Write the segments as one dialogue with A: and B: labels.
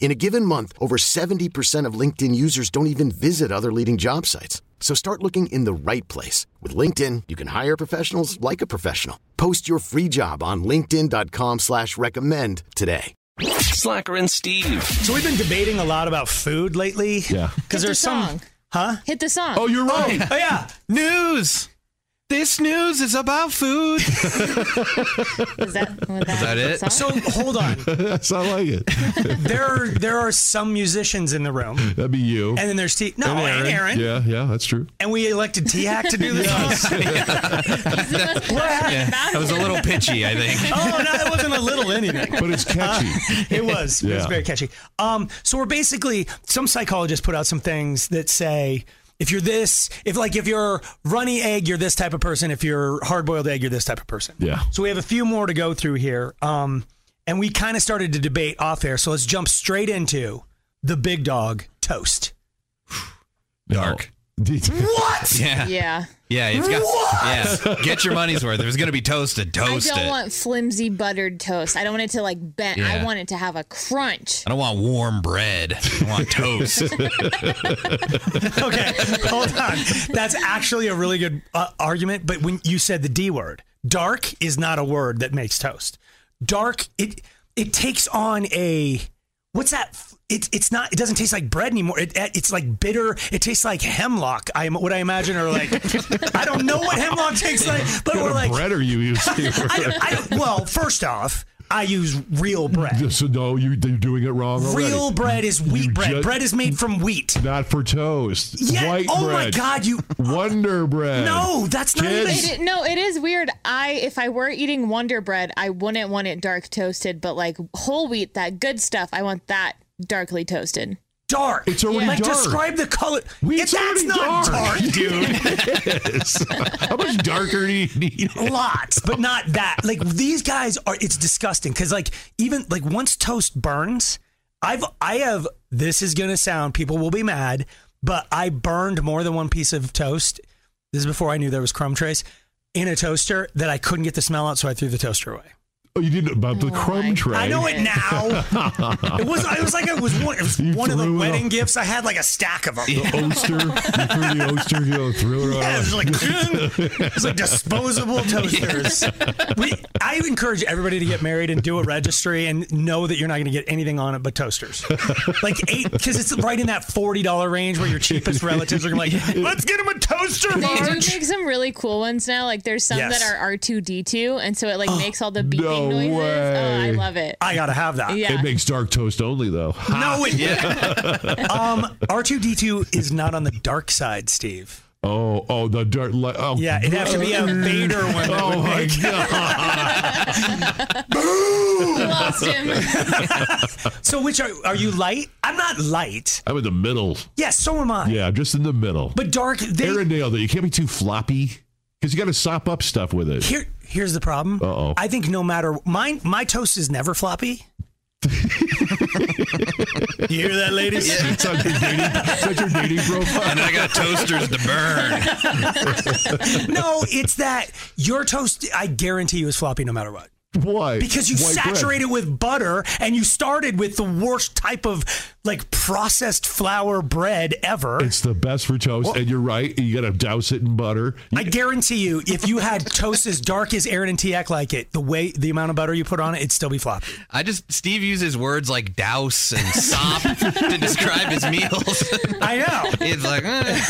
A: In a given month, over 70% of LinkedIn users don't even visit other leading job sites. So start looking in the right place. With LinkedIn, you can hire professionals like a professional. Post your free job on linkedin.com slash recommend today.
B: Slacker and Steve.
C: So we've been debating a lot about food lately. Yeah. Because
D: Hit
C: there's
D: the
C: some
D: song. Huh? Hit the song.
E: you're
C: Oh, yeah.
E: News. This news is about food.
D: Is that, was that,
E: it?
D: song?
C: So hold on.
F: That's not like it.
C: There are, there are some musicians in the room.
F: That'd be you.
C: And then there's T. No, Oh, and Aaron.
F: Yeah, yeah, that's true.
C: And we elected T Hack to do this.
D: He's the most passionate about
B: That was a
D: it.
B: little pitchy, I think.
C: Oh, no, it wasn't a little anything.
F: But it's catchy.
C: It was. It was
F: Yeah.
C: very catchy. Um, so we're basically some psychologists put out some things that say if you're this, if like if you're runny egg, you're this type of person. If you're hard boiled egg, you're this type of person.
F: Yeah.
C: So we have a few more to go through here, um, and we kind of started to debate off air. So let's jump straight into the big dog toast.
F: Dark. What?
B: Yeah.
D: Yeah.
B: Yeah. It's got, Yeah. Get your money's worth. If it's going to be toasted,
D: I
B: toast
D: don't
B: it.
D: want flimsy buttered toast. I don't want it to like bend. I
B: Yeah.
D: want it to have a crunch.
B: I don't want warm bread. I want toast.
C: Okay, hold on. That's actually a really good uh, argument. But when you said the D word, dark is not a word that makes toast. Dark it it takes on a what's that? f- It, it's not. It doesn't taste like bread anymore. It, it- it's like bitter. It tastes like hemlock. I am what I imagine are like. I don't know what hemlock tastes like, but
F: What
C: we're like.
F: kind of bread are you using?
C: I don't, I don't, well, first off, I use real bread.
F: so no, you, you're doing it wrong already.
C: Real bread is wheat
F: You
C: bread.
F: ju-
C: bread is made from wheat.
F: Not for toast.
C: Yeah.
F: White
C: oh
F: bread.
C: my God, you.
F: Wonder bread.
C: No, that's not
F: Kids.
C: even.
D: It- it- no, it is weird. I if I were eating Wonder Bread, I wouldn't want it dark toasted, but like whole wheat, that good stuff, I want that darkly toasted.
C: dark.
F: It's already
C: like
F: dark.
C: describe the color.
F: We-
C: If
F: it's
C: that's
F: already
C: not dark,
F: dark.
C: dude.
F: Yes. How much darker do you need?
C: Lots, but not that. Like these guys are. It's disgusting because like even like once toast burns, I've I have. This is gonna sound. People will be mad, but I burned more than one piece of toast. This is before I knew there was crumb trace in a toaster that I couldn't get the smell out, so I threw the toaster away.
F: Oh, you didn't about the
D: Oh
F: crumb
D: my
F: tray.
C: I know it now. it was. It was like it was one. It was
F: You
C: one of the
F: threw it
C: wedding
F: up.
C: gifts. I had like a stack of them.
F: The Oster, you threw the Oster, you know, threw it
C: Yeah, it was
F: on.
C: like, it was like disposable toasters. We, I encourage everybody to get married and do a registry and know that you're not going to get anything on it but toasters. Like eight, because it's right in that $40 range where your cheapest relatives are going to be like, let's get him a toaster,
D: They do make
C: Marge.
D: some really cool ones now. Like there's some
C: Yes.
D: that are R two D two, and so it like makes all the beeping
F: no
D: noises. Oh, I
F: way.
D: love it.
C: I got to have that.
D: yeah.
F: It makes dark toast only, though.
C: No, it Um, R2D2 is not on the dark side, Steve.
F: Oh, oh, the dark. Li- oh,
C: Yeah, it'd have to be a Vader one. that
F: Oh
C: would
F: my
C: make-
F: god!
D: Lost him.
C: So, which are, are you light? I'm not light.
F: I'm in the middle.
C: Yes, so am I.
F: Yeah, I'm just in the middle.
C: But dark, they,
F: Arendelle, though, you can't be too floppy because you got to sop up stuff with it.
C: Here, here's the problem.
F: Uh-oh.
C: I think no matter mine, my toast is never floppy. you hear that, ladies?
F: It's not your dating, it's not your dating profile.
B: And I got toasters to burn.
C: No, it's that your toast. I guarantee you is floppy no matter what.
F: Why?
C: because you
F: White bread.
C: saturate it with butter and you started with the worst type of like processed flour bread ever.
F: It's the best for toast, and you're right. You got to douse it in butter.
C: I guarantee you, if you had toast as dark as Aaron and Tiak like it, the way the amount of butter you put on it, it'd still be floppy.
B: I just Steve uses words like douse and sop to describe his meals.
C: I know.
B: it's like eh.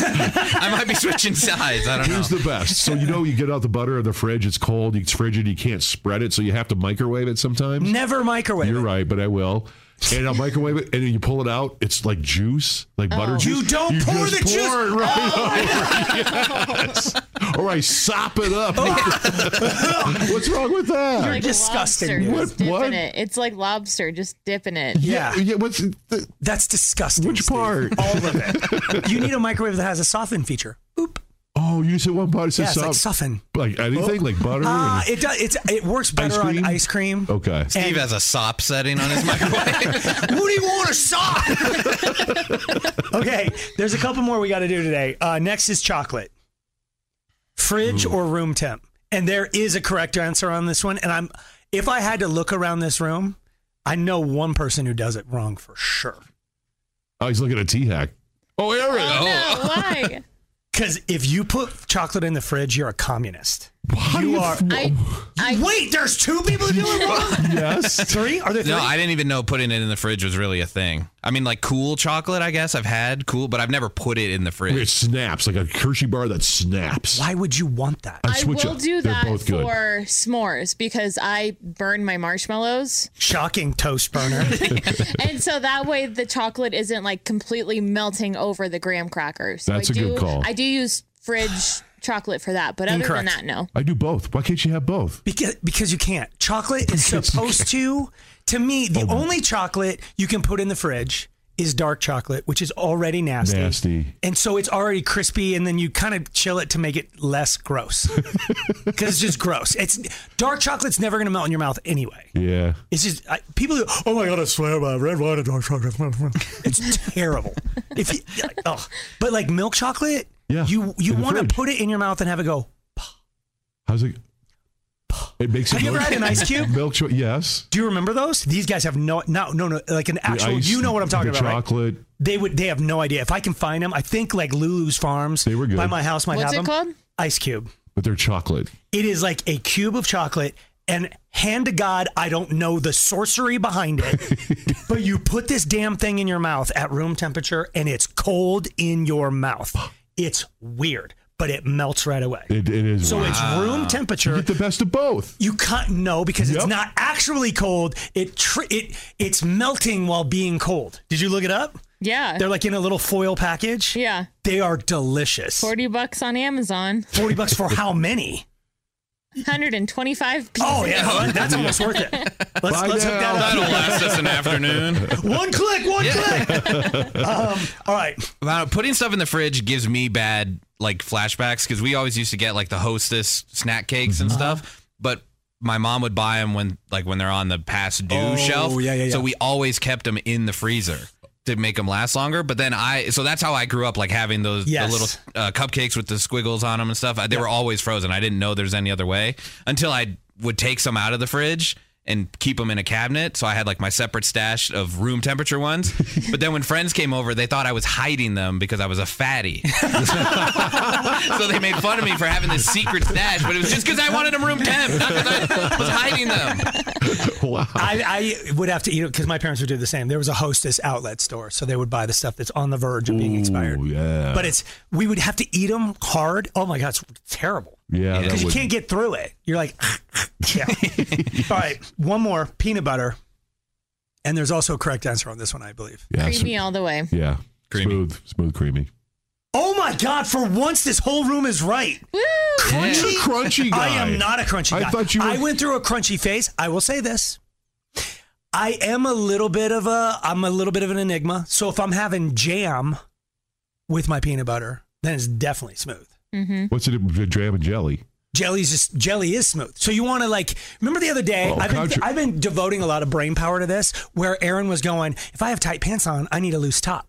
B: I might be switching sides. I don't know.
F: Here's the best. So you know you get out the butter of the fridge. It's cold. It's frigid. You can't spread it, so you have to microwave it sometimes.
C: Never microwave.
F: You're
C: it.
F: right, but I will. And I'll microwave it, and then you pull it out. It's like juice, like butter juice.
C: Oh. You don't pour
F: just
C: the juice- Oh,
F: pour it right over. Yes. Or I sop it up.
C: Oh.
F: What's wrong with that?
D: Like
C: Disgusting.
D: Lobster,
F: What-
D: just dip
F: what?
D: in it. It's like lobster, just dip in it.
C: Yeah.
F: yeah. What's the,
C: That's disgusting.
F: which
C: Steve.
F: part?
C: All of it. You need a microwave that has a soften feature. Boop.
F: Oh, you said one part. It
C: Yeah, it's
F: says
C: like
F: soft-
C: soften.
F: like, anything, like butter.
C: Uh,
F: and-
C: it does. It's it works better
F: cream?
C: on ice cream. Oh.
F: okay.
B: Steve has a sop setting on his microwave.
C: Who do you want a sock? okay, there's a couple more we got to do today. Uh, next is chocolate, fridge or room temp, and there is a correct answer on this one. And I'm, if I had to look around this room, I know one person who does it wrong for sure.
F: Oh, he's looking at T Hack. Oh, Aaron.
D: Oh, no, why?
C: Because if you put chocolate in the fridge, you're a communist.
F: How do
C: You
F: you oh,
C: are-
D: I, I,
C: Wait, there's two people who do it wrong.
F: yes.
C: Three? Are there three?
B: no, I didn't even know putting it in the fridge was really a thing. I mean, like cool chocolate, I guess I've had cool, but I've never put it in the fridge.
F: It snaps like a Hershey bar that snaps.
C: Why would you want that?
F: I
D: I
F: switch
D: will
F: up.
D: do
F: They're
D: that
F: both good.
D: for s'mores because I burn my marshmallows,
C: Shocking toast burner.
D: and so that way the chocolate isn't like completely melting over the graham crackers. So
F: That's
D: I
F: a good
D: do,
F: call.
D: I do use fridge chocolate for that, but other
C: Incorrect.
D: than that, no.
F: I do both. Why can't you have both?
C: Because because you can't. Chocolate is
F: Because you Oh,
C: supposed to. To me, the only chocolate you can put in the fridge is dark chocolate, which is already nasty.
F: Nasty.
C: And so it's already crispy, and then you kind of chill it to make it less gross. Because it's just gross. It's dark chocolate's never going to melt in your mouth anyway.
F: Yeah.
C: It's just I, people. Go, oh my god! I swear by red wine and dark chocolate. it's terrible. If you, oh, but like milk chocolate,
F: Yeah,
C: you you
F: in the
C: want to
F: fridge.
C: put it in your mouth and have it go.
F: How's it? It makes
C: Have
F: it
C: you ever
F: milk-
C: had an ice cube?
F: milk. Cho- yes.
C: Do you remember those? These guys have no, no, no, no. Like an
F: The
C: actual,
F: ice,
C: you know what I'm talking
F: the
C: about, right?
F: Chocolate.
C: They would, they have no idea. If I can find them, I think like Lulu's Farms
F: They were good.
C: by my house might
D: What's
C: have
D: it
C: them.
D: called?
C: Ice cube.
F: But they're chocolate.
C: It is like a cube of chocolate, and hand to God, I don't know the sorcery behind it, but you put this damn thing in your mouth at room temperature, and it's cold in your mouth. It's weird, but it melts right away.
F: It, it is.
C: So
F: weird.
C: it's room
F: you
C: temperature.
F: get the best of both.
C: You can't no because it's
F: Yep.
C: not actually cold. It tr- it it's melting while being cold. Did you look it up?
D: Yeah,
C: They're like in a little foil package.
D: yeah.
C: They are delicious. 40,
D: Forty bucks on Amazon,
C: bucks for how many?
D: hundred and twenty-five pieces.
C: Oh yeah, well, that's almost worth it. Let's,
F: Buy
C: let's hook
F: now.
C: that
B: That'll last us an afternoon.
C: up. One click, one click. Um, all right,
B: Wow, putting stuff in the fridge gives me bad like flashbacks because we always used to get like the hostess snack cakes
C: Uh-huh.
B: and stuff, but my mom would buy them when like when they're on the past due
C: Oh,
B: shelf.
C: yeah, yeah,
B: So
C: yeah.
B: we always kept them in the freezer to make them last longer. But then I, so that's how I grew up, like having those the
C: Yes.
B: little uh, cupcakes with the squiggles on them and stuff. I- They were always frozen. I didn't know there's any other way until I would take some out of the fridge. And keep them in a cabinet. So I had like my separate stash of room temperature ones. But then when friends came over, they thought I was hiding them because I was a fatty. so they made fun of me for having this secret stash, but it was just because I wanted them room temp, not because I was hiding them.
F: Wow.
C: I, I would have to eat it because my parents would do the same. There was a Hostess outlet store, so they would buy the stuff that's on the verge of being expired.
F: Ooh, yeah.
C: But it's we would have to eat them hard. Oh my god, it's terrible.
F: yeah. that
C: because you
F: would-
C: can't get through it. You're like, yeah. All right, one more peanut butter, and there's also a correct answer on this one, I believe.
F: Yeah. so-
D: creamy all the way.
F: yeah.
B: Creamy.
F: Smooth. Smooth. Creamy.
C: Oh my god! For once, this whole room is right.
D: Woo!
F: You're a crunchy guy.
C: I am not a crunchy
F: I
C: guy.
F: thought you were-
C: I went through a crunchy phase. I will say this. I am a little bit of a I'm a little bit of an enigma. So if I'm having jam with my peanut butter, then it's definitely smooth.
F: What's it? Jam and jelly.
C: Jelly's just jelly is smooth. So you want to like remember the other day
F: Oh,
C: I've, been,
F: contra-
C: I've been devoting a lot of brain power to this where Aaron was going if I have tight pants on I need a loose top.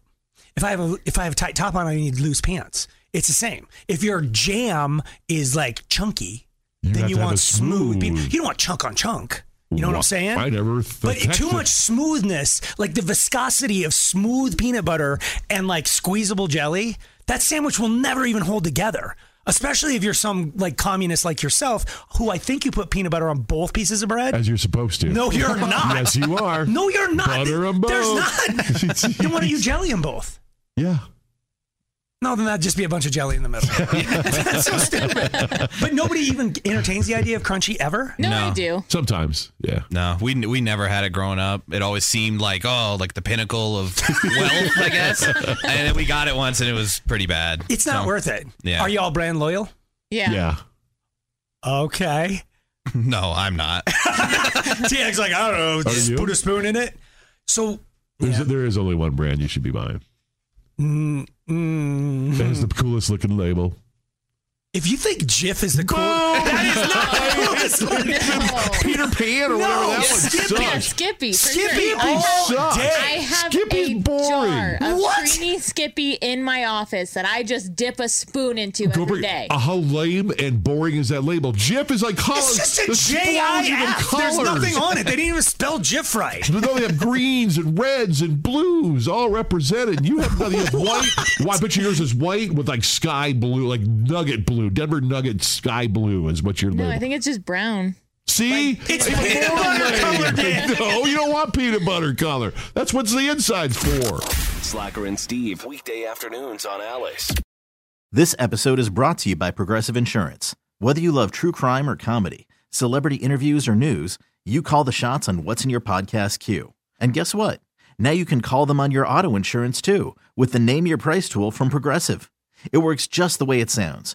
C: If I have a if I have a tight top on I need loose pants. It's the same. If your jam is like chunky
F: You
C: then
F: have
C: you
F: to have
C: want
F: a
C: smooth. beef.
F: smooth-
C: You don't want chunk on chunk. You know what I'm saying?
F: I never th-
C: But
F: that's
C: too
F: the-
C: much smoothness, like the viscosity of smooth peanut butter and like squeezable jelly, that sandwich will never even hold together. Especially if you're some like communist like yourself, who I think you put peanut butter on both pieces of bread.
F: as you're supposed to.
C: No, you're not.
F: yes, you are.
C: No, you're not.
F: Butter 'em
C: There's
F: both.
C: not. then why don't you jelly them both?
F: Yeah.
C: No, then that'd just be a bunch of jelly in the middle. That's so stupid. But nobody even entertains the idea of crunchy ever.
D: No,
B: No.
D: I do.
F: Sometimes. Yeah.
B: No, we we never had it growing up. It always seemed like oh, like the pinnacle of wealth, I guess. And then we got it once, and it was pretty bad.
C: It's not
B: So,
C: worth it.
B: Yeah.
C: Are you all brand loyal?
D: Yeah.
F: Yeah.
C: Okay.
B: No, I'm not.
C: TX like, I don't know, just
F: you?
C: put a spoon in it. So
F: There's, There is only one brand you should be buying.
C: mm,
F: That has the coolest looking label.
C: if you think Jif is the cool, that is
G: Oh,
C: not the coolest one.
D: No.
F: Peter Pan or whatever that
C: Yes.
F: one
D: Skippy. Yeah,
F: sucks.
D: Skippy. for
C: Skippy
D: sure. Oh,
F: sucks.
D: I have
F: Skippy's
D: a
F: boring.
D: jar of
C: What?
D: creamy Skippy in my office that I just dip a spoon into every
F: Gilbert,
D: day.
F: uh, how lame and boring is that label? Jif is like
C: It's
F: collars.
C: just a
F: There's explosion of
C: J-I-F. There's
F: colors.
C: nothing on it. They didn't even spell Jif right.
F: But no, they have greens and reds and blues all represented. And You have nothing. You have white. Why? I bet you yours is white with like sky blue, like nugget blue. Denver nugget sky blue is what you're
D: no,
F: label.
D: I think it's just brown.
F: See,
C: It's peanut butter colored in.
F: no, you don't want peanut butter color. That's what's the inside's for.
H: Slacker and Steve, weekday afternoons on Alice.
I: This episode is brought to you by Progressive Insurance. Whether you love true crime or comedy, celebrity interviews or news, you call the shots on what's in your podcast queue. And guess what? Now you can call them on your auto insurance too with the Name Your Price tool from Progressive. It works just the way it sounds.